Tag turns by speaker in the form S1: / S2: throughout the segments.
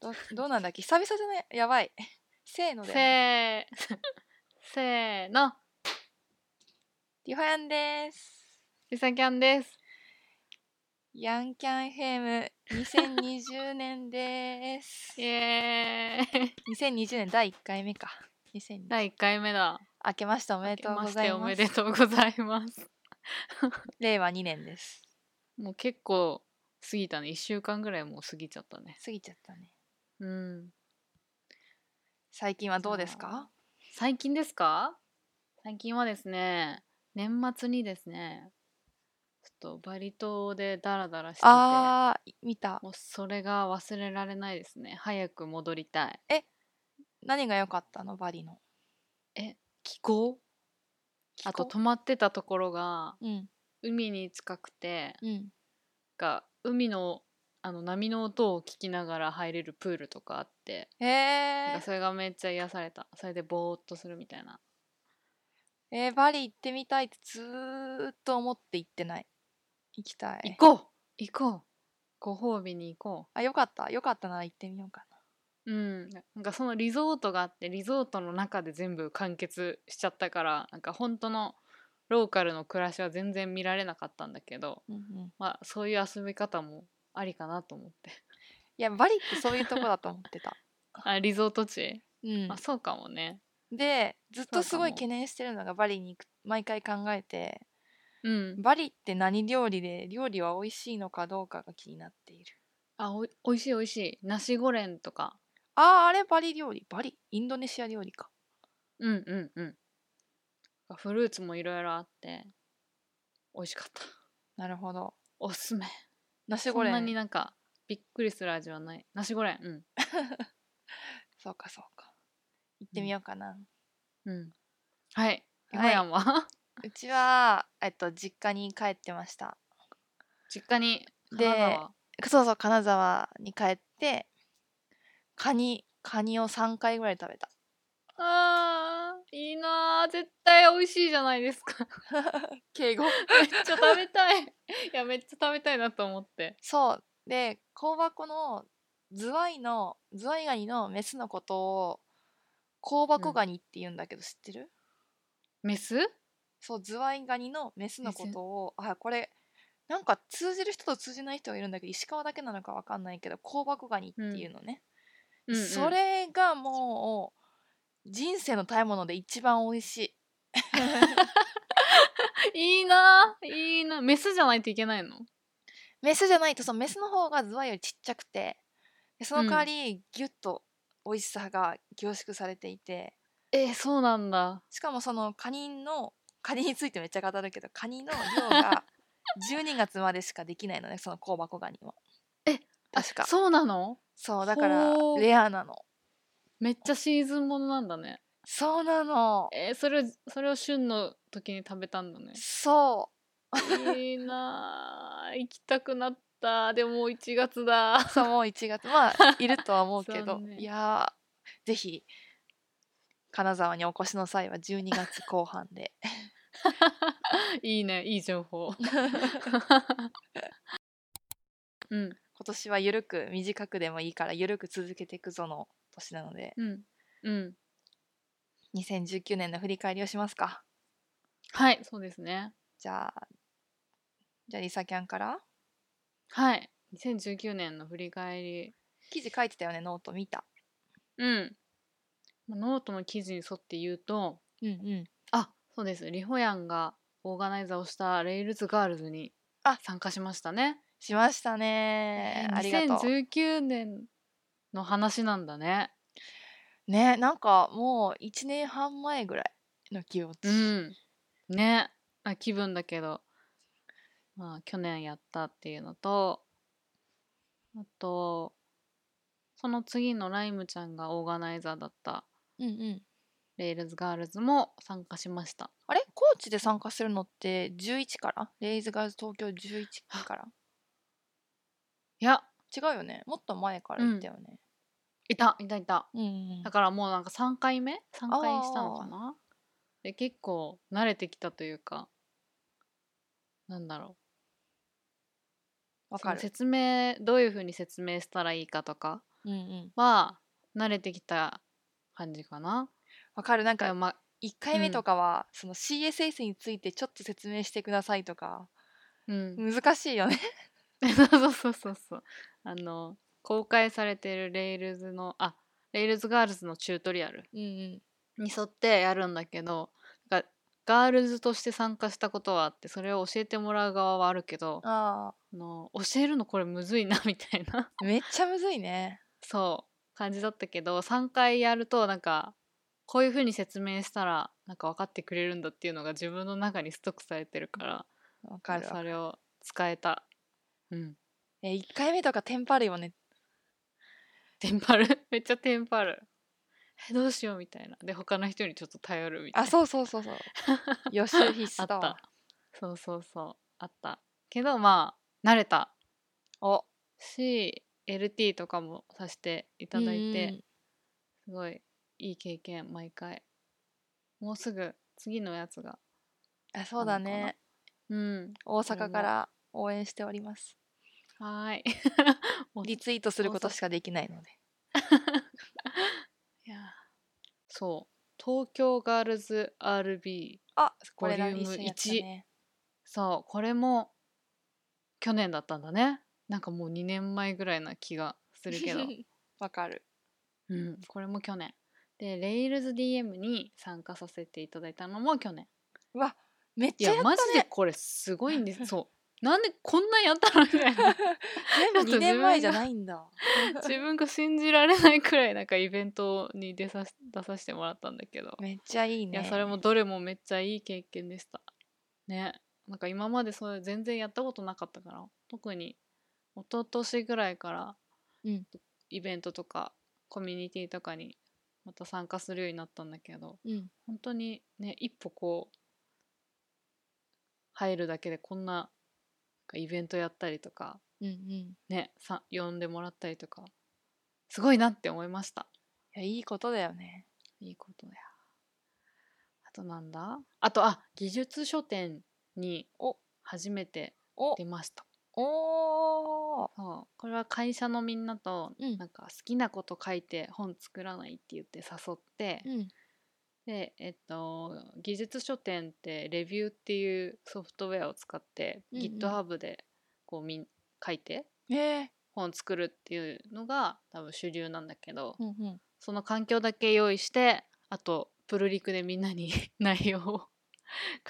S1: どどうなんだっけ久々じゃないやばい。 せーので。
S2: せーせーの
S1: リホヤンです。
S2: ゆさきゃんです
S1: ヤンキャンヘム2020年 です
S2: イ。エーイ
S1: 2020年第1回目か。2020
S2: 第1回目だ
S1: 明けましておめでとうござい
S2: 明けしてお
S1: ま
S2: め
S1: す。
S2: でとうございます
S1: 令和2年です。
S2: もう結構過ぎたね1週間ぐらいもう過ぎちゃったね
S1: 過ぎちゃったね。
S2: うん
S1: 最近はどうですか
S2: 最近ですか最近はですね年末にですねちょっとバリ島でダラダラしてて
S1: あー、見た。
S2: もうそれが忘れられないですね早く戻りたい
S1: 何が良かったのバリの。
S2: 気候あ
S1: 気
S2: と泊
S1: 候
S2: まってたところが
S1: うん。
S2: 海に近くて
S1: うん。
S2: が海のあの波の音を聞きながら入れるプールとかあって、なん
S1: え
S2: かそれがめっちゃ癒されたそれでぼーっとするみたいな
S1: ー、えーバリ行ってみたいってずーっと思って行ってない。行きたい。
S2: 行こう行こうご褒美に行こ
S1: あ、よかった。よかったなら行ってみようかな。
S2: ううんなんかそのリゾートがあってリゾートの中で全部完結しちゃったからなんか本当のローカルの暮らしは全然見られなかったんだけど、
S1: うんうん、い
S2: まあ、そういう遊び方もありかなと思って
S1: や、バリってそういうとこだと思ってた。
S2: あリゾート地、
S1: うん
S2: あ、そうかもね
S1: で、ずっとすごい
S2: そうかも
S1: 懸念してるのがバリに行く、毎回考えて、
S2: うん
S1: バリって何料理で、料理は美味しいのかどうかが気になっている。
S2: あおいおいしいおいしいナゴレンとか
S1: あー、あれバリ料理。バリインドネシア料理か。
S2: うんうんうんフルーツもいろいろあって美味しかった
S1: なるほど。
S2: おすすめ
S1: ナシ
S2: そ
S1: ゴ
S2: ん
S1: レ
S2: なに
S1: ン。
S2: なんかびっくりする味はないナシゴレンうん
S1: そうかそうか。行ってみようかな。
S2: うんはい
S1: はい
S2: ひまやんは
S1: うちは、えっと、実家に帰ってました。
S2: 実家に
S1: で
S2: 金沢
S1: そうそう、金沢に帰って、カニ、カニを3回ぐらい食べた。
S2: あーいいなー絶対美味しいじゃないですか
S1: 敬語
S2: めっちゃ食べた いいやめっちゃ食べたいなと思って
S1: そう。で、香箱のズワイの、ズワイガニのメスのことを、香箱ガニって言うんだけど知ってる、
S2: メス
S1: そう、ズワイガニのメスのことを、あ、これ、なんか通じる人と通じない人がいるんだけど、石川だけなのかわかんないけど、香箱ガニっていうのね。
S2: うんうん
S1: それがもう、人生の食べ物で一番美味しい。
S2: いいなーいいなメスじゃないといけないの
S1: メスじゃないとそのメスの方がズワイよりちっちゃくてでその代わりギュッと美味しさが凝縮されていて、
S2: えー、そうなんだ
S1: しかもそのカニの カニについてめっちゃ語るけどカニの量 が12月までしかできないのねその香箱ガニは
S2: え
S1: 確か
S2: そうなの
S1: そうだから
S2: ほう
S1: レアなの
S2: めっちゃシーズンものなんだね
S1: そうなの
S2: えー、それをそれを旬の時に食べたん だね
S1: そ
S2: いいなあ行きたくなったでももう1月だ
S1: うそうもう1月まあいるとは思うけど
S2: 残念
S1: いやーぜひ金沢にお越しの際は12月後半で
S2: いいねいい情報 うん
S1: 今年はゆるく短くでもいいからゆるく続けていくぞの年なので
S2: うんうん
S1: 2019年の振り返りをしますか
S2: はいそうですね
S1: じゃあじゃありさきゃんから
S2: はい2019年の振り返り
S1: 記事書いてたよねノート見た
S2: うんまあノートの記事に沿って言うと
S1: うんうん
S2: あそうですリホヤンがオーガナイザーをしたレイルズガールズに
S1: あ
S2: 参加しましたね
S1: しましたねありがと
S2: 2019年の話なんだね。
S1: うねなんかもう1年半前ぐらいの気持ち、
S2: うん。ね。あ気分だけど、まあ、去年やったっていうのと、あと、その次のライムちゃんがオーガナイザーだった
S1: うんうん
S2: レイルズガールズも参加しました。
S1: あれコーチで参加するのって11からレイズガールズ東京11から
S2: いや、
S1: 違うよねもっと前から行ったよね、
S2: いた、いた、いた。
S1: うんうん
S2: だからもうなんか3回目 ?3 回したのかなで、結構慣れてきたというか、なんだろう。
S1: わ
S2: その
S1: かる
S2: 説明どういうふうに説明したらいいかとか
S1: うんうん
S2: は慣れてきた感じかな。
S1: わかるなん
S2: だから
S1: か
S2: ま
S1: 1回目
S2: うん
S1: とかは、その CSS についてちょっと説明してくださいとか
S2: うん、
S1: 難しいよね
S2: そうそうそうそう。あの公開されてるレイルズのあレイルズガールズのチュートリアル
S1: うんうん
S2: に沿ってやるんだけどなんかガールズとして参加したことはあってそれを教えてもらう側はあるけど
S1: あ
S2: あの教えるのこれむずいなみたいな
S1: ーめっちゃむずいね
S2: そう感じだったけど3回やるとなんかこういうふうに説明したらなんか分かってくれるんだっていうのが自分の中にストックされてるから
S1: わかるわ
S2: それを使えた。うん。
S1: え1回目とかテンパるよね
S2: テンパる めっちゃテンパる。えどうしようみたいな。で他の人にちょっと頼るみたい
S1: あ
S2: な。
S1: そうそうそう そう予習必須
S2: あっ
S1: だわ
S2: た。そうそうそう。あった。けどまあ慣れた
S1: お
S2: し LT とかもさせていただいて。すごいいい経験毎回もうすぐ次のやつが
S1: うんあそうだね
S2: うん
S1: 大
S2: それも
S1: 阪から応援しております
S2: はーい お
S1: リツイートすること
S2: 大阪
S1: しかできないので
S2: いやーそう東京ガールズ RB
S1: あこれ
S2: ボ
S1: ラ
S2: リューム
S1: リースやったね
S2: そうこれも去年だったんだねなんかもう2年前ぐらいな気がする けど
S1: わかる
S2: うんこれも去年でレイルズ DM に参加させていただいたのも去年
S1: うわめっ
S2: い
S1: ちゃ
S2: や
S1: やった
S2: マジで
S1: ね
S2: これすごいんですそうなんでこんなやったのみ たいな
S1: 全部
S2: ちょっと自
S1: 2年前
S2: 分
S1: じゃ
S2: が
S1: ないんだ
S2: 自分が信じられないくらいなんかイベントに出さし出させてもらったんだけど、
S1: めっちゃいい
S2: い
S1: ね
S2: やそれもどれもめっちゃいい経験でしたねなんか今までそれ全然やったことなかったから特に一昨年ぐらいから、
S1: うん
S2: イベントとかコミュニティとかにまた参加するようになったんだけど
S1: うん
S2: 本当にね一歩こう入るだけでこんななんかイベントやったりとか
S1: うんうんい
S2: ねさ呼んでもらったりとかすごいなって思いました
S1: やいいことだよね
S2: いいことやあとなんだあとあ技術書店に
S1: お
S2: 初めて
S1: お
S2: 出ました
S1: おー
S2: そうこれは会社のみんなと
S1: うん
S2: なんか好きなこと書いて本作らないって言って誘って、
S1: うん
S2: でえっと技術書店ってレビューっていうソフトウェアを使って、
S1: うんうん
S2: GitHub でこうみん書いて
S1: えー
S2: 本作るっていうのが多分主流なんだけど、
S1: うんうん
S2: その環境だけ用意してあとプルリクでみんなに 内容を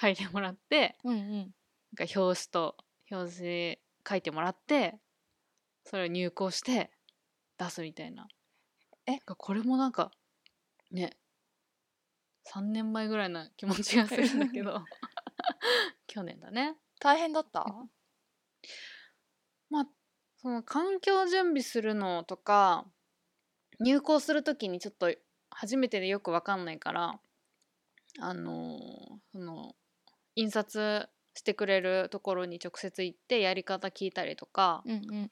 S2: 書いてもらって
S1: うんうん
S2: なんか表紙と表紙書いてもらってそれを入稿して出すみたいな
S1: え
S2: なんかこれもなんかね3年前ぐらいな気持ちがするんだけど去年だね
S1: 大変だった
S2: まあその環境準備するのとか入校するときにちょっと初めてでよくわかんないからあのーその印刷してくれるところに直接行ってやり方聞いたりとか、
S1: うんうん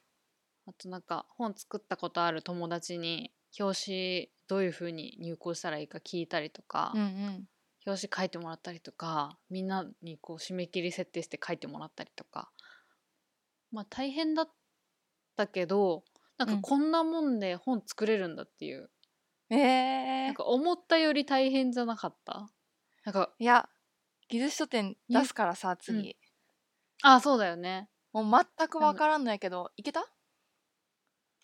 S2: あとなんか本作ったことある友達に表紙どういうふうに入稿したらいいか聞いたりとか、
S1: うんうん
S2: 表紙書いてもらったりとかみんなにこう締め切り設定して書いてもらったりとかまあ大変だったけどなんか
S1: うん
S2: こんなもんで本作れるんだっていう、
S1: え
S2: な
S1: ー
S2: んか思ったより大変じゃなかったなんか
S1: いや技術書店出すからさ
S2: うん
S1: 次
S2: あそうだよね
S1: もう全くわからんのやけどいけた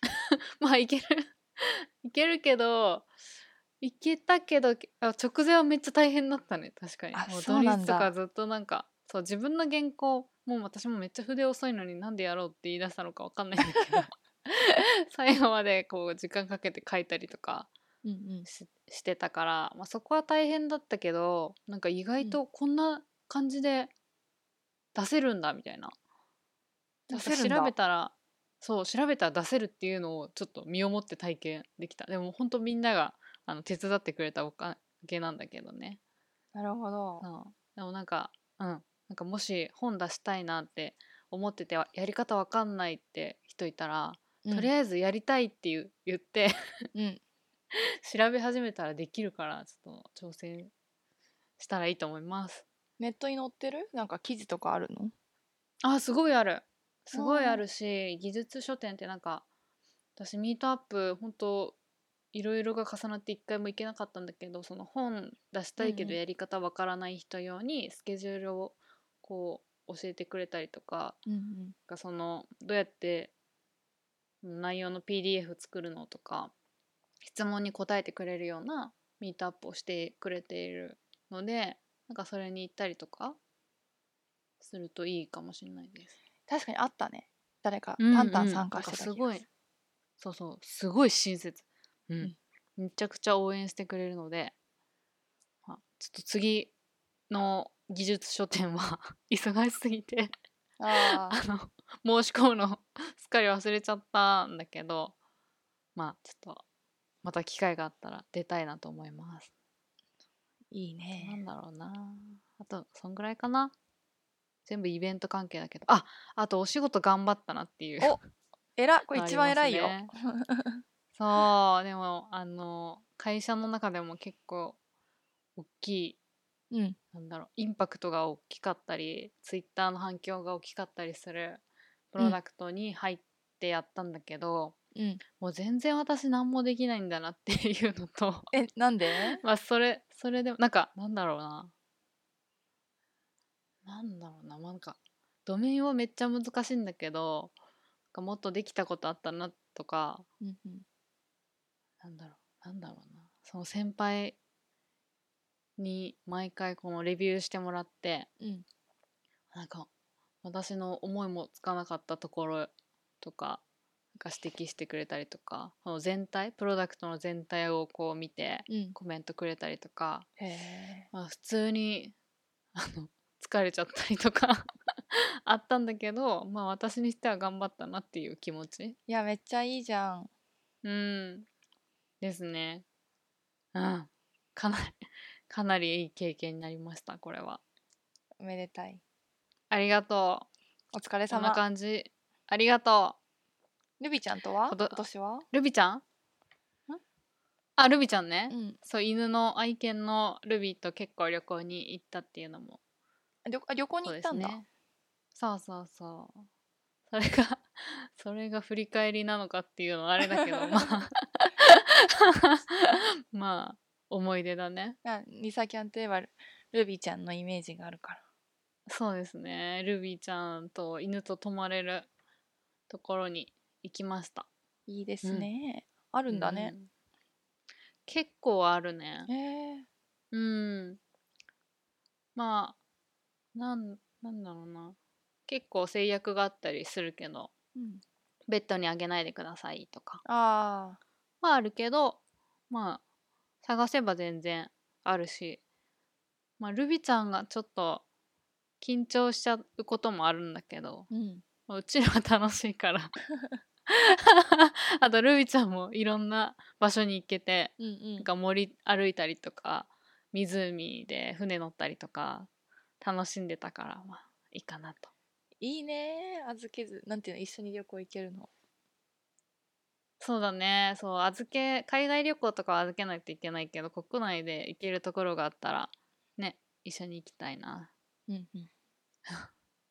S2: まあいけるいけるけどいけたけどあ直前はめっちゃ大変だったね確かに
S1: あ
S2: もう
S1: そうなんだ
S2: ドリスとかずっとなんかそう自分の原稿もう私もめっちゃ筆遅いのになんでやろうって言い出したのかわかんないんだけど 最後までこう時間かけて書いたりとか
S1: うんうん
S2: ししてたから、まあ、そこは大変だったけどなんか意外とこんな感じで出せるんだみたいな,、
S1: 出
S2: なんか
S1: せるんだ
S2: 調べたらそう調べたら出せるっていうのをちょっと身をもって体験できたでも本当みんながあの手伝ってくれたおかげなんだけどね、
S1: なるほど
S2: うん、でもなんかうんなんかもし本出したいなって思っててやり方わかんないって人いたら、とり
S1: え
S2: あえずやりたいって言う言って
S1: ずうん
S2: 調べ始めたらできるからちょっと挑戦したらいいと思います
S1: ネットに載ってるなんか記事とかあるの
S2: あすごいあるすごい
S1: あー
S2: あるし技術書店ってなんか私ミートアップ本当いろいろが重なって一回も行けなかったんだけどその本出したいけ
S1: うん
S2: ど
S1: うん
S2: やり方わからない人用にスケジュールをこう教えてくれたりとか
S1: うんうん
S2: なんかそのどうやって内容の PDF 作るのとか質問に答えてくれるようなミートアップをしてくれているのでなんかそれに行ったりとかするといいかもしれないです。
S1: 確かにあったね誰か
S2: うんうん
S1: タンタン参加してた気
S2: な
S1: が
S2: んかすごいそうそうすごい親切うん、めちゃくちゃ応援してくれるのであちょっと次の技術書店は 忙しすぎて
S1: あー
S2: あの申し込むのすっかり忘れちゃったんだけどまあちょっとまた機会があったら出たいなと思います、
S1: いい
S2: な
S1: ね
S2: んだろうなあとそんぐらいかな全部イベント関係だけどああとお仕事頑張ったなっていう
S1: おえらこれ一番
S2: ありま
S1: 偉
S2: す
S1: いよ、
S2: ねそうでもあの会社の中でも結構大きい
S1: うん
S2: なんだろうインパクトが大きかったりツイッターの反響が大きかったりするプロダクトに入ってやったんだけど、
S1: うん
S2: もう全然私何もできないんだなっていうのと
S1: えなんで
S2: まあそれそれでもなんかなんだろうななんだろうなまあなんかドメインはめっちゃ難しいんだけどなんかもっとできたことあったなとか
S1: うんうん
S2: なんだろう、なんだろうな。その先輩に毎回このレビューしてもらって、
S1: うん
S2: なんか私の思いもつかなかったところとか、なんか指摘してくれたりとか、この全体、プロダクトの全体をこう見て、
S1: うん
S2: コメントくれたりとか、
S1: へえ
S2: まあ、普通にあの疲れちゃったりとか あったんだけど、まあ私にしては頑張ったなっていう気持ち。
S1: いやめっちゃいいじゃん
S2: うん。ですね。うん。かなり、 かなりいい経験になりました、これは。
S1: おめでたい
S2: ありがと
S1: お疲れ
S2: う。そんな
S1: 様
S2: 感じ。ありがと
S1: ルビちゃんとは
S2: こ
S1: 今
S2: と
S1: 年は
S2: う。ルビちゃんあ、ルビちゃんね。
S1: うん
S2: そう、犬の愛犬のルビと結構旅行に行ったっていうのも。
S1: 旅あ旅行に
S2: そう
S1: 行っ
S2: で
S1: た
S2: す
S1: んだ、
S2: ね。そうそうそう。それが、 それが振り返りなのかっていうのはあれだけど、ま あ、まあ、思い出だね。
S1: あリサキャンといえばルルビちゃんのイメージがあるから
S2: そうですね。ルビーちゃんと犬と泊まれるところに行きました。
S1: いいです
S2: うん
S1: ね、あるんだね
S2: う、ん結構あるね。
S1: へえ
S2: うん。まあ、なん、なんだろうな。結構制約があったりするけど、
S1: うん、
S2: ベッドにあげないでくださいとか
S1: ああ
S2: はあるけど、まあ、探せば全然あるし、まあ、ルビーちゃんがちょっと緊張しちゃうこともあるんだけど、
S1: うん
S2: うちらは楽しいから。あと、ルビちゃんもいろんな場所に行けて、
S1: うんう
S2: なんんか森歩いたりとか、湖で船乗ったりとか、楽しんでたから、まあ、いいかなと。
S1: いいね預けずなんていうの一緒に旅行行けるの
S2: そうだね、そう、預け、海外旅行とかは預けないといけないけど、国内で行けるところがあったら、ね、一緒に行きたいな。
S1: うんうん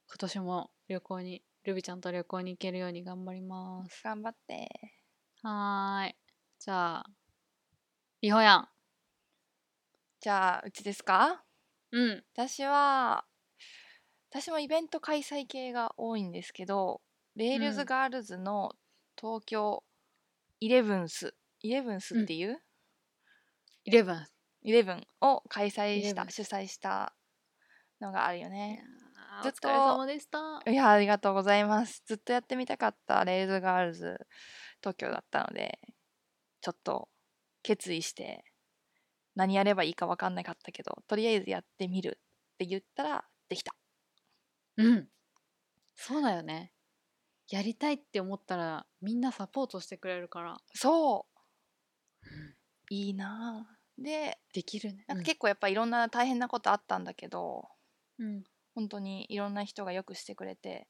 S2: 今年も旅行に、ルビちゃんと旅行に行けるように頑張ります。
S1: 頑張って
S2: はーい。じゃあ、いほやん。
S1: じゃあうちですか
S2: うん。
S1: 私は私もイベント開催系が多いんですけどレール
S2: う
S1: ズ
S2: ん
S1: ガールズの東京イレブンスイレブンスっていう、
S2: イレブン。
S1: イレブンを開催し
S2: 11
S1: た主催したのがあるよねず
S2: ず
S1: っ
S2: っ
S1: と
S2: とお疲れ様でした。
S1: いやありがとうございますずっとやってみたかったレールズガールズ東京だったのでちょっと決意して何やればいいか分かんなかったけどとりあえずやってみるって言ったらできた
S2: うん。そうだよね。やりたいって思ったらみんなサポートしてくれるから
S1: そういいなあで
S2: できるね。
S1: なんか結構やっぱいろんな大変なことあったんだけど、
S2: うん。
S1: 本当にいろんな人がよくしてくれて、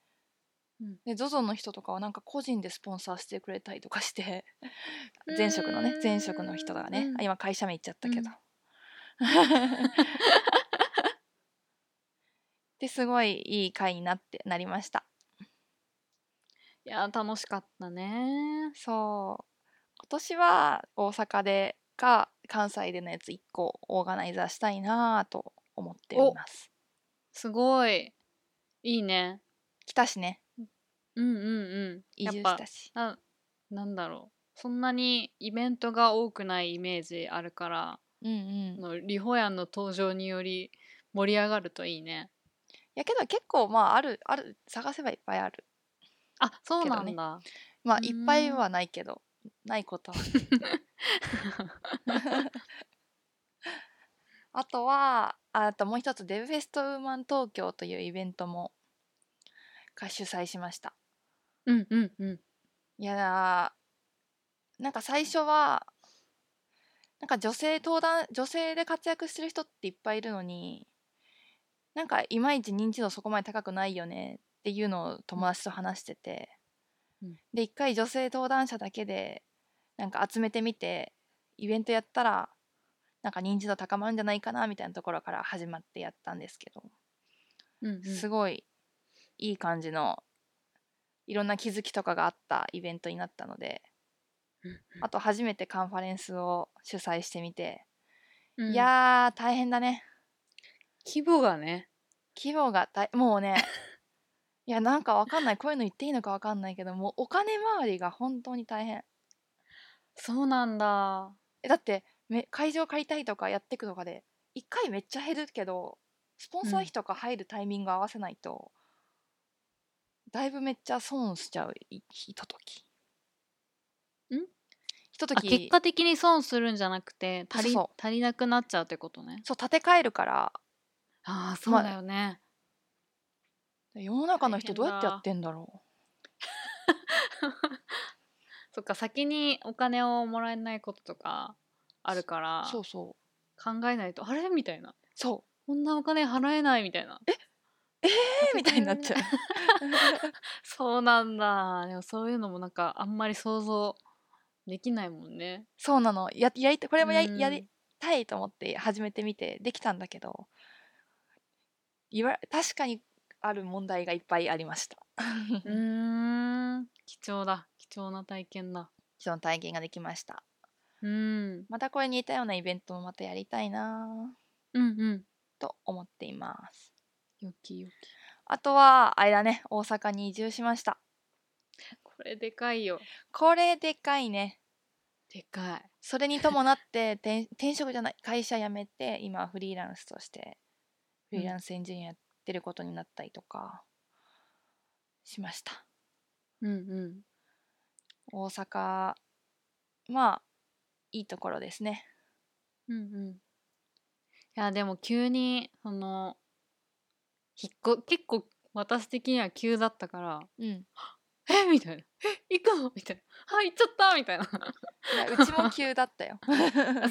S2: うん
S1: で ZOZO の人とかはなんか個人でスポンサーしてくれたりとかして
S2: うーん
S1: 前職のね前職の人がね、
S2: うん
S1: あ今会社名言っちゃったけど、
S2: うん
S1: ですごいいい会になってなりました
S2: いやー楽しかったね
S1: そう今年は大阪でか関西でのやつ1個オーガナイザーしたいなぁと思っております
S2: すごいいいね
S1: 来たしね
S2: うんうんうん
S1: 移
S2: やっ
S1: 住し
S2: ぱ
S1: たし
S2: ななんだろうそんなにイベントが多くないイメージあるから、
S1: うんうん
S2: のリホヤンの登場により盛り上がるといいね
S1: いやけど結構まああるある探せばいっぱいある
S2: あそうなん
S1: け
S2: だ、
S1: まあ
S2: うー
S1: い
S2: ん
S1: っぱいはないけどないことは あとはああともう一つデブフェストウーマン東京というイベントもが主催しました
S2: うんうんうん
S1: いやーなんか最初はなんか女性登壇女性で活躍してる人っていっぱいいるのになんかいまいち認知度そこまで高くないよねっていうのを友達と話してて、
S2: うん
S1: で一回女性登壇者だけでなんか集めてみてイベントやったらなんか認知度高まるんじゃないかなみたいなところから始まってやったんですけど、
S2: うんうん
S1: すごいいい感じのいろんな気づきとかがあったイベントになったので
S2: うんうん
S1: あと初めてカンファレンスを主催してみて、
S2: うん
S1: いやー大変だね
S2: 規模がね
S1: 規模が大もう ねいやなんかわかんないこういうの言っていいのかわかんないけどもうお金回りが本当に大変
S2: そうなんだ
S1: えだってめ会場借りたいとかやってくとかで1回めっちゃ減るけどスポンサー費とか入るタイミング合わせないと、だいぶめっちゃ損しちゃういひととき
S2: ん
S1: ひとと
S2: あ
S1: き
S2: 結果的に損するんじゃなくて足り
S1: そうそ
S2: 足りなくなっちゃうってことね
S1: そう立て替えるから
S2: ああそうだよね、
S1: 世の中の人
S2: 大変
S1: ど
S2: だ
S1: うやってやってんだろ
S2: そっか先にお金をもらえないこととかあるから
S1: うそうそう
S2: 考えないとあれみたいな
S1: そう
S2: こんなお金払えないみたいな
S1: え ーみたいになっちゃう
S2: そうなんだでもそういうのもなんかあんまり想像できないもんね
S1: そうなのややりたこれもやり
S2: うん
S1: やりたいと思って始めてみてできたんだけどいわ確かにある問題がいっぱいありました
S2: うーん貴重だ貴重な体験だ
S1: その体験ができました
S2: うん
S1: またこれに似たようなイベントもまたやりたいな
S2: うんうん
S1: ぁと思っています
S2: よきよき
S1: あとはあれだね大阪に移住しました
S2: これでかいよ
S1: これでかいね
S2: でかい
S1: それに伴って転転職じゃない会社辞めて今はフリーランスとしてフリーランスエンジニアやってることになったりとかしました
S2: うんうん
S1: 大阪まあいいところですね
S2: うんうんいやでも急にその引っ越結構私的には急だったから
S1: うん
S2: 「えみたいな「え行くの?」みたいな「はい行っちゃった」みたいな
S1: いやうちも急だった よ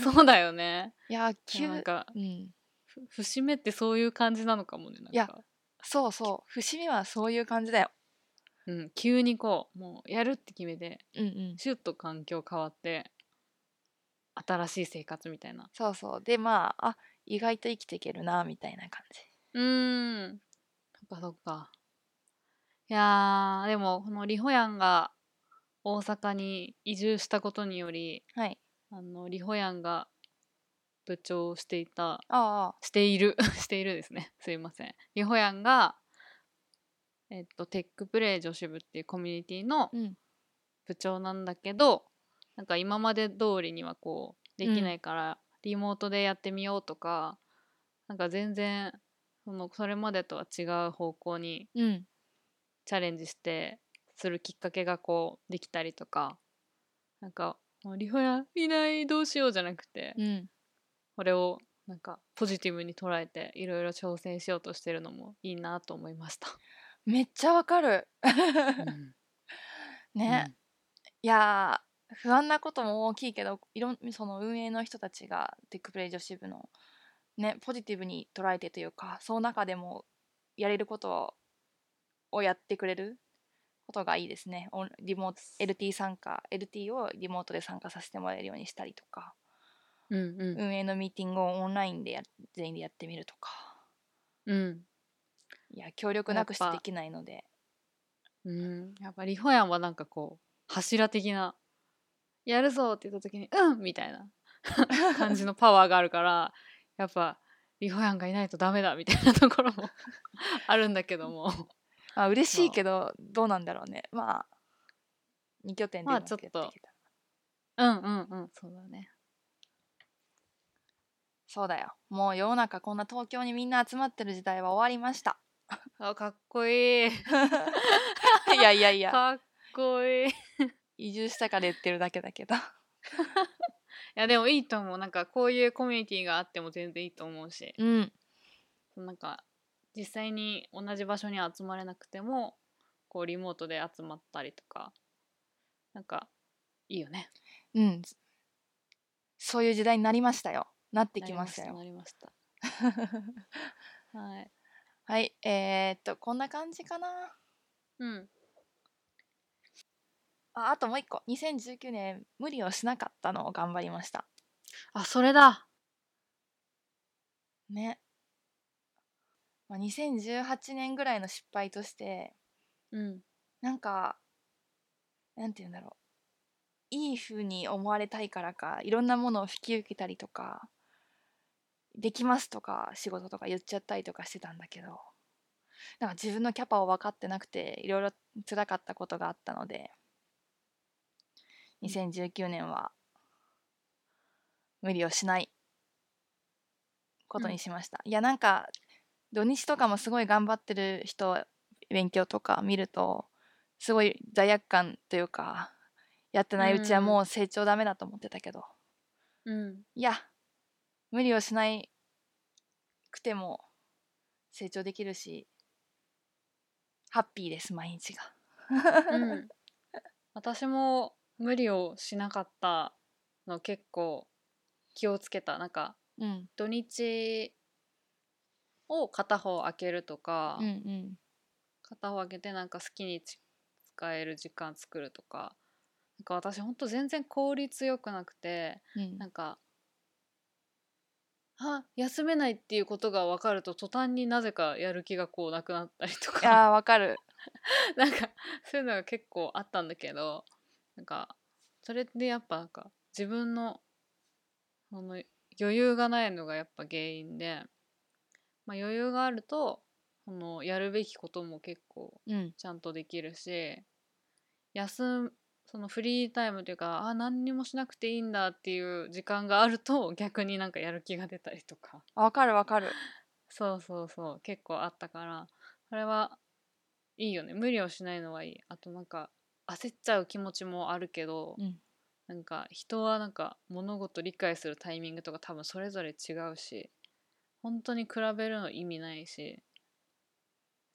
S2: そうだよね
S1: いや急
S2: 急なんか
S1: うん
S2: ふ節目ってそういう感じなのかもねなんか
S1: いやそうそう伏見はそういう感じだよ
S2: うん、急にこうもうやるって決めて
S1: うんうん
S2: シュッと環境変わって新しい生活みたいな
S1: そうそうでまああ意外と生きていけるなみたいな感じ
S2: うーんそっかそっかいやーでもこのリホヤンが大阪に移住したことにより
S1: はい
S2: あのリホヤンが部長をしていた
S1: ああ
S2: している しているですねすいませんリホヤンがえっとテックプレイ女子部っていうコミュニティの
S1: うん
S2: 部長なんだけどなんか今まで通りにはこうできないからリモートでやってみようとか、なんか全然そのそれまでとは違う方向に
S1: うん
S2: チャレンジしてするきっかけがこうできたりとかなんかもうリホヤいないどうしようじゃなくて、
S1: うん
S2: これをなんかポジティブに捉えていろいろ挑戦しようとしてるのもいいなと思いました。
S1: めっちゃわかる ね、いやー不安なことも大きいけどいろんその運営の人たちがテックプレイ女子部の、ね、ポジティブに捉えてというかその中でもやれることをやってくれることがいいですねオンリモート LT 参加 LT をリモートで参加させてもらえるようにしたりとか
S2: うんうん
S1: 運営のミーティングをオンラインでや全員でやってみるとか
S2: うん
S1: いや協力なくして
S2: やっぱ
S1: できないので
S2: うん、やっぱりほやんはなんかこう柱的な「やるぞ!」って言った時に「うん!」みたい な感じのパワーがあるからやっぱリホヤンがいないとダメだみたいなところも あるんだけども
S1: まあ嬉しいけどどうなんだろうねまあ2拠点で
S2: まあ
S1: うまくやっていけたら、
S2: ちょっとうんうんうんそうだね
S1: そうだよもう世の中こんな東京にみんな集まってる時代は終わりました
S2: あかっこいい
S1: いやいやいや
S2: かっこいいい
S1: 移住したから言ってるだけだけど
S2: やでもいいと思うなんかこういうコミュニティがあっても全然いいと思うし
S1: うん
S2: なんか実際に同じ場所に集まれなくてもこうリモートで集まったりとかなんかいいよね
S1: うんそういう時代になりましたよなってきましたよ
S2: なりましたなり ましたはい
S1: はいえー、っとこんな感じかな
S2: うん
S1: ああともう一個2019年無理をしなかったのを頑張りました
S2: あそれだ
S1: ね、まあ、2018年ぐらいの失敗として
S2: うん
S1: なんかなんて言うんだろういい風に思われたいからかいろんなものを引き受けたりとかできますとか仕事とか言っちゃったりとかしてたんだけどなんか自分のキャパを分かってなくていろいろ辛かったことがあったので2019年は無理をしないことにしました、いやなんか土日とかもすごい頑張ってる人勉強とか見るとすごい罪悪感というかやってないうちはもう成長ダメだと思ってたけど、
S2: うん
S1: いや無理をしないくても成長できるしハッピーです毎日が
S2: うん、私も無理をしなかったの結構気をつけたなんか
S1: うん
S2: 土日を片方開けるとか、
S1: うんうん
S2: 片方開けてなんか好きにち使える時間作るとかなんか私ほんと全然効率よくなくて
S1: うん
S2: なんかあ休めないっていうことが分かると途端になぜかやる気がこうなくなったりと
S1: い
S2: か
S1: やーわかる
S2: なんかそういうのが結構あったんだけどなんかそれでやっぱなんか自分のその余裕がないのがやっぱ原因で、まあ、余裕があるとそのやるべきことも結構
S1: うん
S2: ちゃんとできるし休むそのフリータイムというかあ何にもしなくていいんだっていう時間があると 逆になんかやる気が出たりとか
S1: わかるわかる
S2: そうそうそう結構あったからこれはいいよね無理をしないのはいいあとなんか焦っちゃう気持ちもあるけど、
S1: うん
S2: なんか人はなんか物事理解するタイミングとか多分それぞれ違うし本当に比べるの意味ないし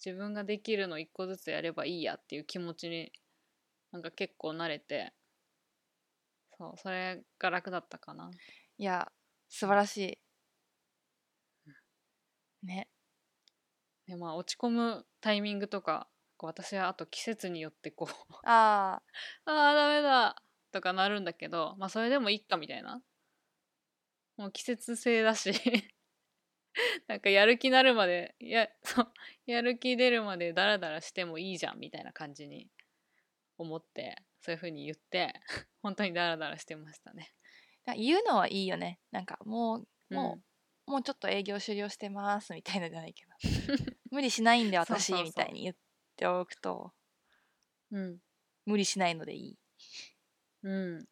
S2: 自分ができるの一個ずつやればいいやっていう気持ちになんか結構慣れてそうそれが楽だったかな。
S1: いや素晴らしいね
S2: でまあ落ち込むタイミングとかこう私はあと季節によってこう
S1: あ
S2: あーダメだとかなるんだけどまあそれでもいいかみたいなもう季節性だし なんかやる気なるまでやそうやる気出るまでダラダラしてもいいじゃんみたいな感じに思ってそういう風に言って本当にダラダラしてましたね。
S1: あ言うのはいいよねなんかもうもう
S2: うん
S1: もうちょっと営業終了してますみたいなじゃないけど 無理しないんで
S2: そう
S1: 私
S2: そうそう
S1: みたいに言っておくと
S2: うん
S1: 無理しないのでいい
S2: うん。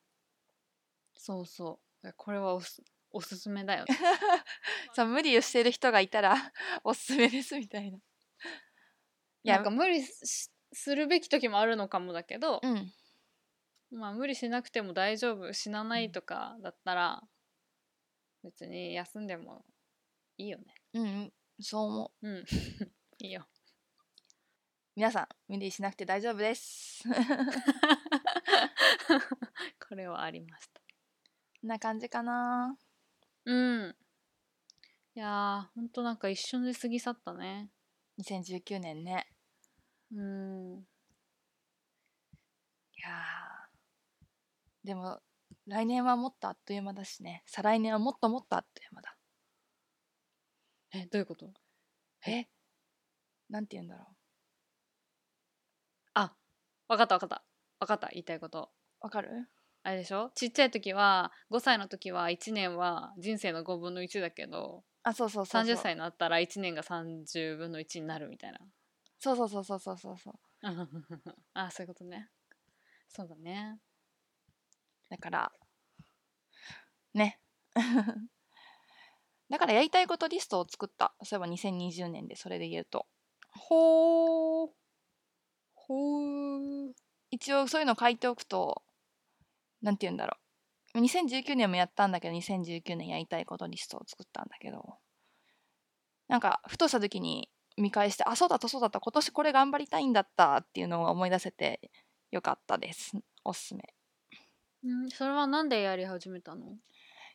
S2: そうそう。いやこれはおすおすすめ だよね。
S1: そう無理をしてる人がいたら おすすめですみたい ないや
S2: なんか無理しするべき時もあるのかもだけど、
S1: うん
S2: まあ無理しなくても大丈夫死なな
S1: うん
S2: いとかだったら別に休んでもいいよね
S1: うんうんそう思う
S2: うん いいよ
S1: 皆さん無理しなくて大丈夫です こ
S2: これはありました
S1: んな感じかな
S2: うんいやーほんとなんか一瞬で過ぎ去ったね
S1: 2019年ね
S2: うん
S1: いやーでも来年はもっとあっという間だしね再来年はもっともっとあっという間だ
S2: えどういうこと
S1: えなんて言うんだろう
S2: あわかったわかったわかった言いたいこと
S1: わかる
S2: あれでしょちっちゃい時は5歳の時は1年は人生の5分の1だけど
S1: あそうそうそうそう
S2: 30歳になったら1年が30分の1になるみたいな
S1: そうそうそうそうそうそうそう
S2: あそういうことねそうだね
S1: だからね だからやりたいことリストを作ったそういえば2020年でそれで言うと
S2: ほうほう
S1: 一応そういうの書いておくとなんて言うんだろう2019年もやったんだけど2019年やりたいことリストを作ったんだけどなんかふとした時に見返してあそうだったそうだった今年これ頑張りたいんだったっていうのを思い出せてよかったですおすすめ
S2: んそれはなんでやり始めたの
S1: い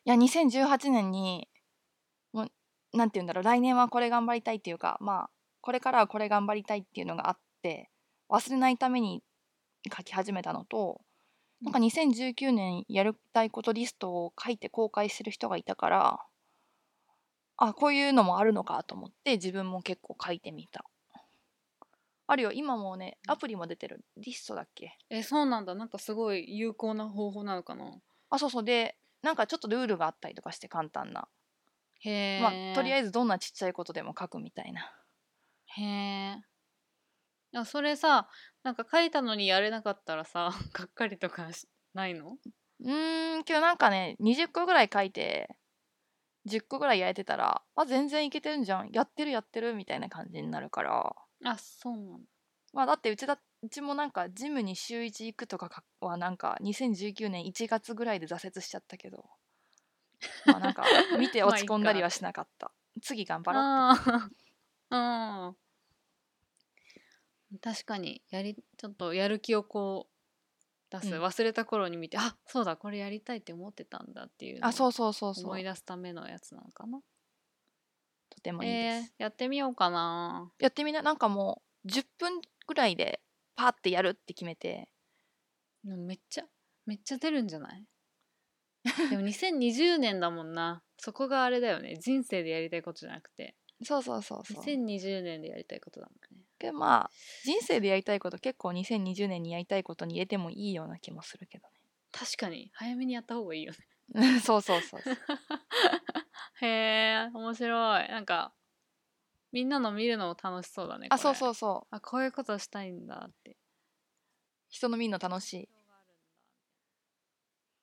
S1: や2018年にもうなんて言うんだろう来年はこれ頑張りたいっていうかまあこれからはこれ頑張りたいっていうのがあって忘れないために書き始めたのとなんか2019年やりたいことリストを書いて公開してる人がいたからあこういうのもあるのかと思って自分も結構書いてみたあるよ今もうねアプリも出てるリストだっけ
S2: えそうなんだなんかすごい有効な方法なのかな
S1: あそうそうでなんかちょっとルールがあったりとかして簡単な
S2: へえ
S1: まあとりあ
S2: え
S1: えずどんなちっちゃいことでも書くみたいな
S2: ずへえいやそれさなんか書いたのにやれなかったらさがっかりとかしないの
S1: うーん今日なんかね20個ぐらい書いて10個ぐらい焼いてたらあ全然いけてるんじゃんやってるやってるみたいな感じになるから
S2: あそうなんだ
S1: まあだってうちだうちもなんかジムに週1行くとかかはなんか2019年1月ぐらいで挫折しちゃったけどまあなん か見て
S2: まあ
S1: 落ち込んだり
S2: いいか
S1: はしなかった次頑張ろう
S2: ああーうん確かにやりちょっとやる気をこう出す、
S1: うん
S2: 忘れた頃に見てあそうだこれやりたいって思ってたんだっていうのを
S1: あそうそうそうそ
S2: 思
S1: う
S2: い出すためのやつなのかな
S1: とてもいいで
S2: え
S1: す、
S2: ーやってみようかな
S1: やってみななんかもう10分ぐらいでパーってやるって決めて
S2: うんめっちゃめっちゃ出るんじゃない でも2020年だもんなそこがあれだよね人生でやりたいことじゃなくて
S1: そうそうそうそう
S2: 2020年でやりたいことだもんね
S1: けどまあ人生でやりたいこと結構2020年にやりたいことに入れてもいいような気もするけど
S2: 確かに早めにやった方がいいよね
S1: ね そうそうそうそう
S2: へえ面白いなんかみんなの見るのも楽しそうだね
S1: あそう
S2: う
S1: そうそう
S2: あこういうことしたいんだって
S1: 人の見るの楽しい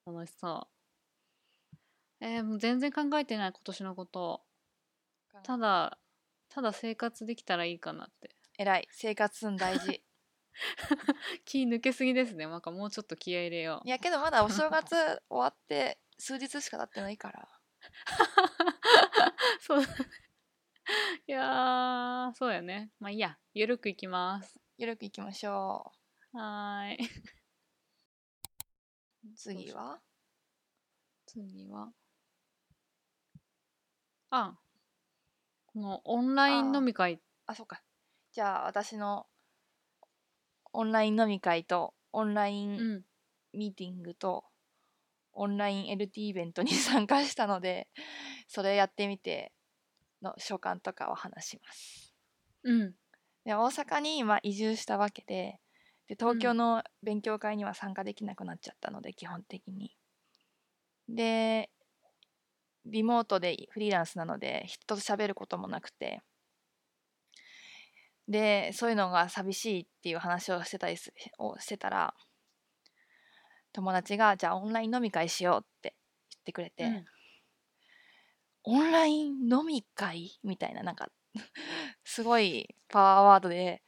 S2: 楽しそうえー、もう全然考えてない今年のことただただ生活できたらいいかなって
S1: 偉い生活すん大事
S2: 気抜けすぎですねなんかもうちょっと気合い入れよう
S1: いやけどまだお正月終わって数日しか経ってないから
S2: そうだねいやーそうやねまあいいやゆるくいきます
S1: ゆるくいきましょ
S2: はーいう
S1: 次は
S2: 次はあこのオンライン飲み会
S1: あそうかじゃあ私のオンライン飲み会とオンライ
S2: う
S1: ン
S2: ん
S1: ミーティングとオンライン LT イベントに参加したのでそれやってみての所感とかを話します
S2: うん
S1: で大阪に今移住したわけでで東京の勉強会には参加できなくなっちゃったので基本的にでリモートでフリーランスなので人と喋ることもなくてでそういうのが寂しいっていう話をしてたりすをしてたら友達が「じゃあオンライン飲み会しよう」って言ってくれて、
S2: うん
S1: オンライン飲み会みたいななんか すごいパワーワードで、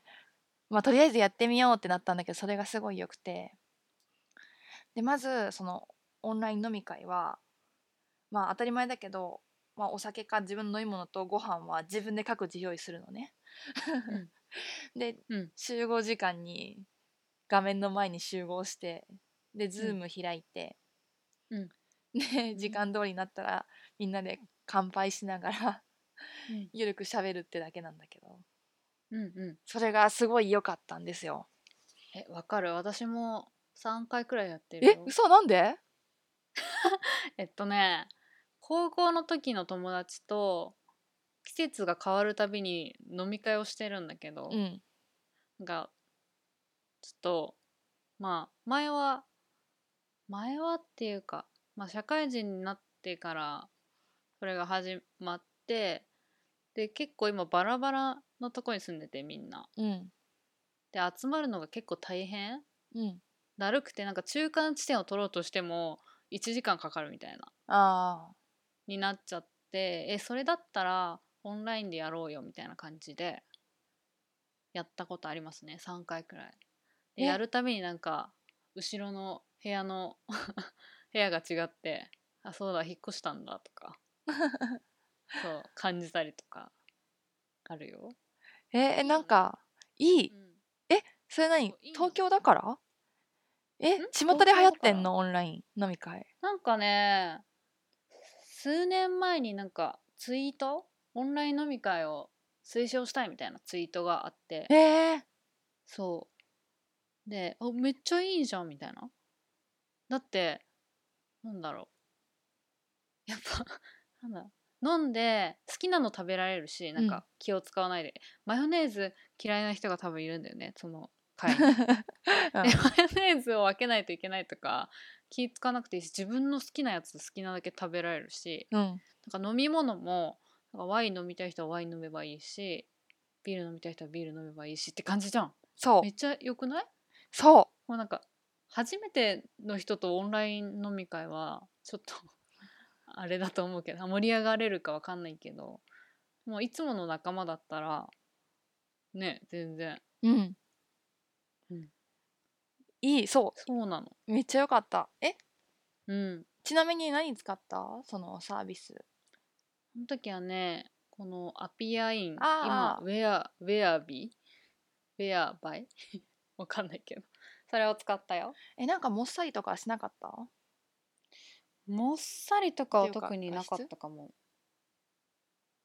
S1: まあ、とりあえずやってみようってなったんだけどそれがすごい良くてでまずそのオンライン飲み会はまあ当たり前だけど、まあ、お酒か自分の飲み物とご飯は自分で各自用意するのね。 で、
S2: うん
S1: 集合時間に画面の前に集合してで Zoom 開いて、
S2: うん
S1: で時間通りになったらみんなで乾杯しながら
S2: うん
S1: ゆるく喋るってだけなんだけど
S2: うんう
S1: それがすごい良かったんですよ。
S2: んえわかる私も3回くらいやってる
S1: え
S2: よ
S1: 嘘なんで
S2: えっとね高校の時の友達と季節が変わるたびに飲み会をしてるんだけど、
S1: うん
S2: なんかちょっとまあ前は前はっていうか、まあ、社会人になってからそれが始まってで結構今バラバラのとこに住んでてみんな
S1: うん
S2: で集まるのが結構大変
S1: うん
S2: だるくてなんか中間地点を取ろうとしても1時間かかるみたいな
S1: ああ
S2: になっちゃってえそれだったらオンラインでやろうよみたいな感じでやったことありますね3回くらいで
S1: え
S2: やるためになんか後ろの部屋の 部屋が違ってあそうだ引っ越したんだとかそう感じたりとかあるよ、
S1: えーなんかいいそれ何
S2: そういいの
S1: 東京だからえ
S2: ん
S1: 巷で流行ってんのオンライン飲み会
S2: なんかね数年前になんかツイートオンライン飲み会を推奨したいみたいなツイートがあって
S1: えー、
S2: そう。で、あ、めっちゃいいじゃんみたいな。だって、なんだろう。やっぱ、 なんだ飲んで好きなの食べられるし、なん
S1: うん
S2: か気を使わないで。マヨネーズ嫌いな人が多分いるんだよね、その会に。 で、マヨネーズを分けないといけないとか、気使わなくていいし、自分の好きなやつ好きなだけ食べられるし、
S1: うん
S2: なんか飲み物も、なんかワイン飲みたい人はワイン飲めばいいし、ビール飲みたい人はビール飲めばいいしって感じじゃん。
S1: そう
S2: めっちゃ良くない
S1: そ
S2: もうなんか初めての人とオンライン飲み会はちょっと あれだと思うけど盛り上がれるかわかんないけどもういつもの仲間だったらね全然
S1: ううん、
S2: うん
S1: いいそ
S2: そうなの
S1: うめっちゃ良かったえ
S2: うん
S1: ちなみに何使ったそのサービス
S2: その時はねこのアピアイン今
S1: あー
S2: ウェアウェアビウェアバイわかんないけどそれを使ったよ
S1: えなんかもっさりとかしなかった
S2: もっさりとかは
S1: っていうか
S2: 特になかったかも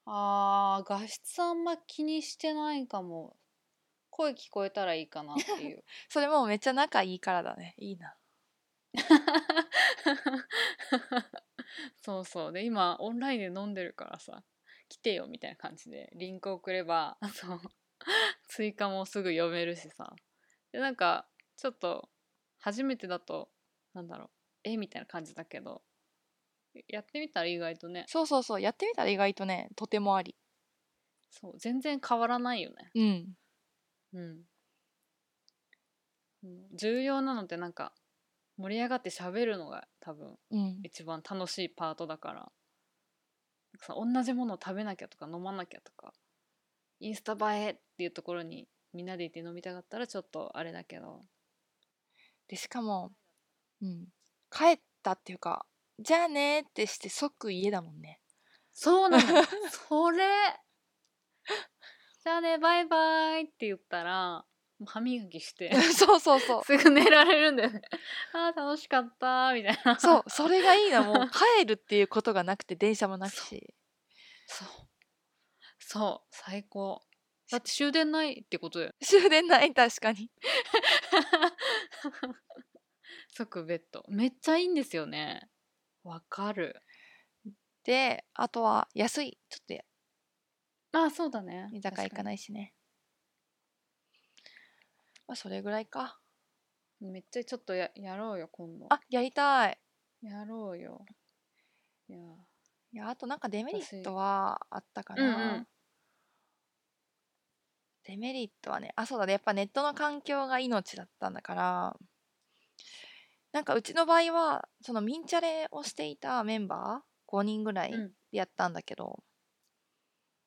S2: あー画質あんま気にしてないかも声聞こえたらいいかなっていう
S1: それもめっちゃ仲いいからだねいいな
S2: そうそうで今オンラインで飲んでるからさ来てよみたいな感じでリンク送ればそう 追加もすぐ読めるしさでなんかちょっと初めてだとなんだろうえみたいな感じだけどやってみたら意外とね
S1: そうそうそうやってみたら意外とねとてもあり
S2: そう全然変わらないよね
S1: うん
S2: うん、重要なのってなんか盛り上がって喋るのが多分
S1: うん
S2: 一番楽しいパートだからなんかさ同じものを食べなきゃとか飲まなきゃとかインスタ映えっていうところにみんなでいて飲みたかったらちょっとあれだけど
S1: でしかも、うん、帰ったっていうかじゃあねーってして即家だもんね
S2: そうなの それじゃあねバイバイって言ったらもう歯磨きして
S1: そうそうそう
S2: すぐ寝られるんだよねあー楽しかったーみたいな
S1: そうそれがいいなもう 帰るっていうことがなくて電車もなくし
S2: そう。そう、最高。だって終電ないってことだよ。
S1: 終電ない確かに
S2: 即ベッド。めっちゃいいんですよね。わかる。
S1: であとは安いちょっと
S2: あ、そうだね。
S1: 居酒屋行か
S2: い。
S1: ないしねまあそれぐらいか
S2: めっちゃちょっとややろうよ、今度。
S1: あやりたい
S2: やろうよ。いやー、
S1: いやあとなんかデメリッ
S2: 私
S1: トはあったかな、
S2: うんうん
S1: デメリットはねあそうだねやっぱネットの環境が命だったんだからなんかうちの場合はそのミンチャレをしていたメンバー5人ぐらい
S2: うん
S1: でやったんだけど、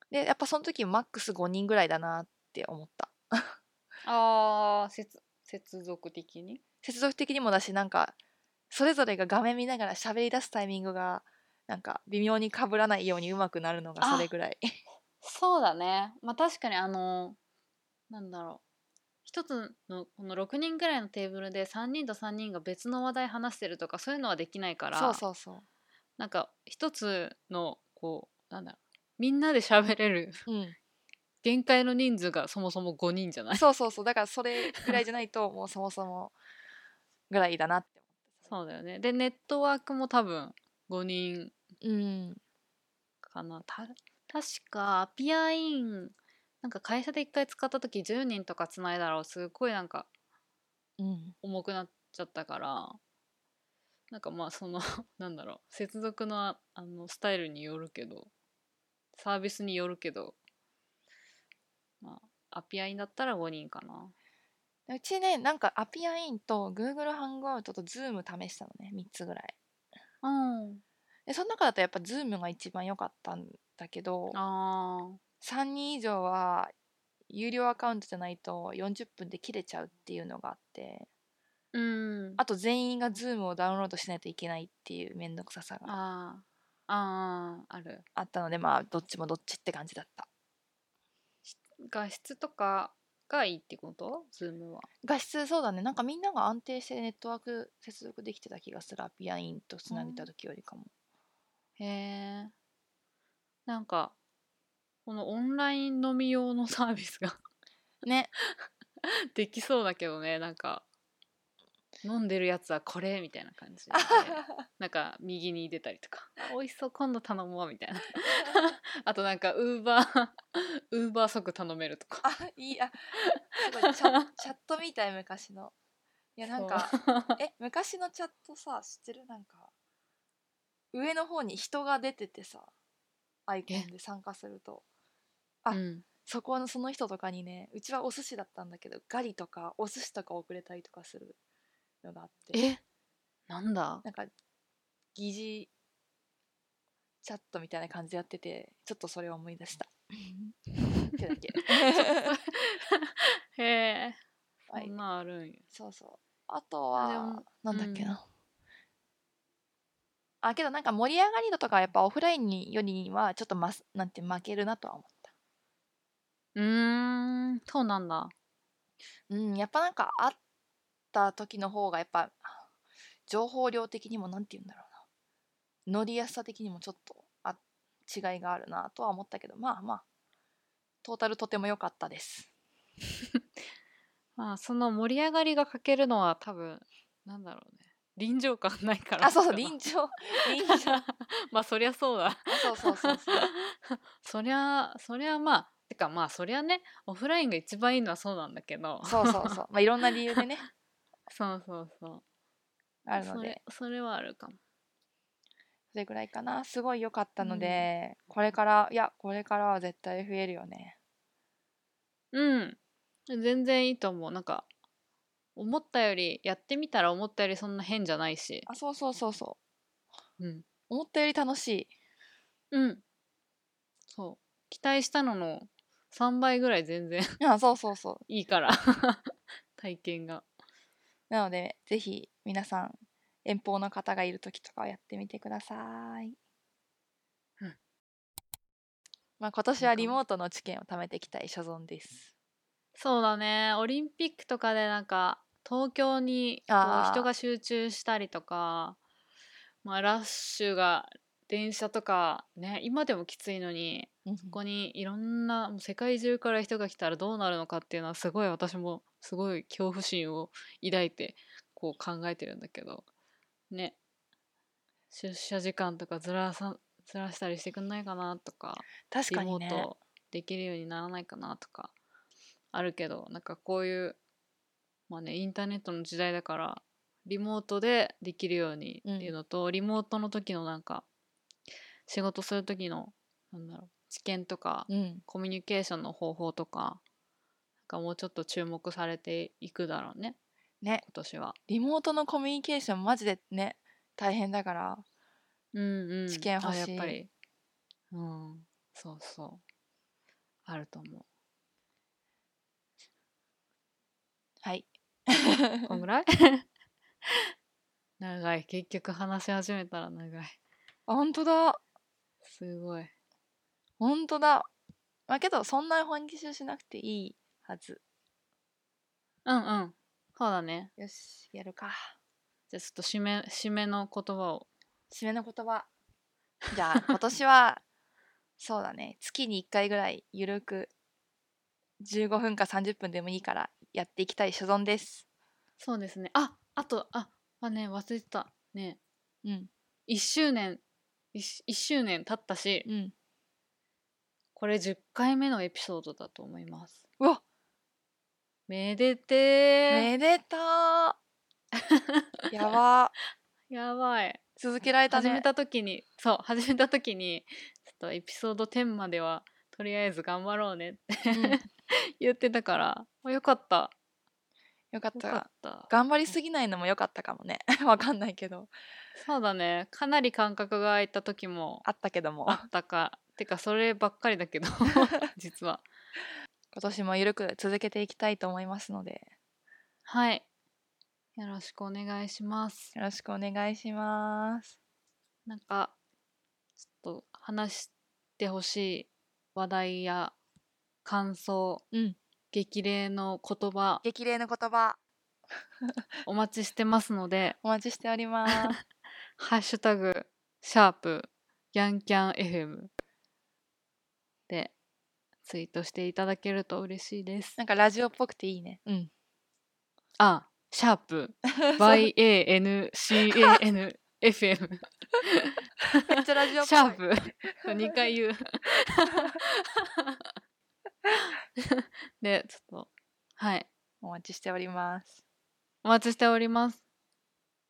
S1: でやっぱその時マックス5人ぐらいだなって思った
S2: あー、接接続的に。
S1: 接続的にもだしなんかそれぞれが画面見ながら喋り出すタイミングがなんか微妙に被らないようにうまくなるのがそれぐらい
S2: そうだね。まあ確かにあのなんだろう。一つのこの6人ぐらいのテーブルで3人と3人が別の話題話してるとかそういうのはできないから
S1: そうそうそ
S2: なんか一つのこうなんだろうみんなで喋れる
S1: う、うん、
S2: 限界の人数がそもそも5人じゃない
S1: そうそうそうだからそれぐらいじゃないともうそもそもぐらいだなって
S2: そうだよねでネットワークも多分5人
S1: うん
S2: かなた確かアピアインなんか会社で一回使った時10人とかつないだらすごいなんか
S1: うん
S2: 重くなっちゃったからなんかまあその なんだろう接続のああのスタイルによるけどサービスによるけどまあアピアインだったら5人かな
S1: うちねなんかアピアインと Google ハングアウトと Zoom 試したのね3つぐらい
S2: うん
S1: でその中だとやっぱ Zoom が一番良かったんだけど
S2: あー
S1: 3人以上は有料アカウントじゃないと40分で切れちゃうっていうのがあって
S2: うん
S1: あと全員が Zoom をダウンロードしないといけないっていう面倒くささが
S2: あーあーある
S1: あったのでまあどっちもどっちって感じだった
S2: 画質とかがいいってことズームは
S1: 画質そうだねなんかみんなが安定してネットワーク接続できてた気がするアピアインとつなげた時よりかも、
S2: へえなんかこのオンライン飲み用の サービスが
S1: ね
S2: できそうだけどねなんか飲んでるやつはこれみたいな感 じでなんか右に出たりとか「美味しそう今度頼もう」みた いなあとなんかウー バーウーバー即頼めるとか
S1: あいいあすごいチャ チャットみたい昔のいやなんか
S2: そう
S1: え昔のチャットさ知ってるなんか上の方に人が出ててさアイコンで参加するとあ
S2: うん
S1: そこのその人とかにねうちはお寿司だったんだけどガリとかお寿司とか送れたりとかするのがあって
S2: えなんだ
S1: なんか疑似チャットみたいな感じでやっててちょっとそれを思い出 した。ってだけ
S2: へえ
S1: は
S2: そ
S1: い
S2: んなんあるんや
S1: そうそうあと
S2: で
S1: は
S2: も
S1: なんだっけ
S2: う
S1: な、あけどなんか盛り上がり度とかはやっぱオフラインによりはちょっとまなんて負けるなとは思った
S2: うーんそうなんだ
S1: うんやっぱなんか会った時の方がやっぱ情報量的にもなんて言うんだろうな乗りやすさ的にもちょっとあ違いがあるなとは思ったけどまあまあトータルとても良かったです
S2: まあその盛り上がりが欠けるのは多分なんだろうね臨場感ないから
S1: あそう そう
S2: かな
S1: 臨 場臨場
S2: まあそりゃそうだ
S1: あそうそうそうそう
S2: そりゃそりゃまあてかまあそりゃねオフラインが一番いいのはそうなんだけど
S1: そうそうそうまあいろんな理由でね
S2: そうそうそう
S1: あるの
S2: そ
S1: で
S2: れそれはあるかも
S1: それぐらいかなすごい良かったので、これからいやこれからは絶対増えるよね
S2: うん全然いいと思うなんか思ったよりやってみたら思ったよりそんな変じゃないし
S1: あそうそうそうそう
S2: うん
S1: 思ったより楽しい
S2: うんそう期待したのの3倍ぐらい全然
S1: あそうそうそう
S2: いいから 体験が
S1: なのでぜひ皆さん遠方の方がいる時とかはやってみてください、
S2: うん
S1: まあ、今年はリモートの知見を貯めていきたい所存です
S2: そうだねオリンピックとかでなんか東京にこ
S1: あー
S2: う人が集中したりとかまあ、ラッシュが電車とかね今でもきついのにここにいろんなもう世界中から人が来たらどうなるのかっていうのはすごい私もすごい恐怖心を抱いてこう考えてるんだけどね出社時間とかずらさずらしたりしてくんないかなとか
S1: 確
S2: リ
S1: かに
S2: モー
S1: ね
S2: トできるようにならないかなとかあるけどなんかこういうまあねインターネットの時代だからリモートでできるようにっていうのと、リモートの時のなんか仕事する時のなんだろう知見とか
S1: うん
S2: コミュニケーションの方法とかなんかもうちょっと注目されていくだろうね
S1: ね
S2: 今年は。
S1: リモートのコミュニケーションマジでね大変だから
S2: うんうん、
S1: 知見欲
S2: あやっ
S1: しい
S2: ぱりうんそうそうあると思
S1: はいう
S2: こんぐらい 長い結局話し始めたら長い
S1: あ本当だ
S2: すごい
S1: 本当だまあけどそんな本気集しなくていいはず
S2: うんうんそうだね
S1: よしやるか
S2: じゃあちょっと締め締めの言葉を
S1: 締めの言葉じゃあ今年 はそうだね月に1回ぐらいゆるく15分か30分でもいいからやっていきたい所存です
S2: そうですねああとあまあね忘れてたね
S1: うん
S2: 1周年 1, 周年経ったし、
S1: うん
S2: これ10回目のエピソードだと思います
S1: うわ
S2: めでて
S1: めでたー やば
S2: ーやばい
S1: 続けられた
S2: 始め
S1: ね
S2: た時にそう始めた時にちょっとエピソード10まではとりあえず頑張ろうねって
S1: うん
S2: 言ってたからあよかった
S1: よかっ
S2: よ
S1: た
S2: かった
S1: 頑張りすぎないのもよかったかもね わかんないけど
S2: そうだねかなり間隔が空いた時も
S1: あったけども
S2: あったかてかそればっかり だけど 実は
S1: 今年もゆるく続けていきたいと思いますので
S2: はいよろしくお願いします
S1: よろしくお願いします
S2: なんかちょっと話してほしい話題や感想、
S1: うん
S2: 激励の言葉
S1: 激励の言葉
S2: お待ちしてますので
S1: お待ちしております
S2: ハッシュタグ、シャープ、ヤンキャン FM でツイートしていただけると嬉しいです。
S1: なんかラジオっぽくていいね うん
S2: あ、シャープ、YANCAN FM、
S1: めっちゃラジオっぽい
S2: シャープ、2回言う。で、ちょっと、はい、
S1: お待ちしております
S2: お待ちしております。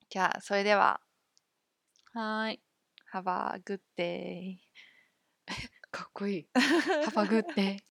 S1: じゃあそれでは
S2: はーい。
S1: Have a good day
S2: かっこいい。パパグって。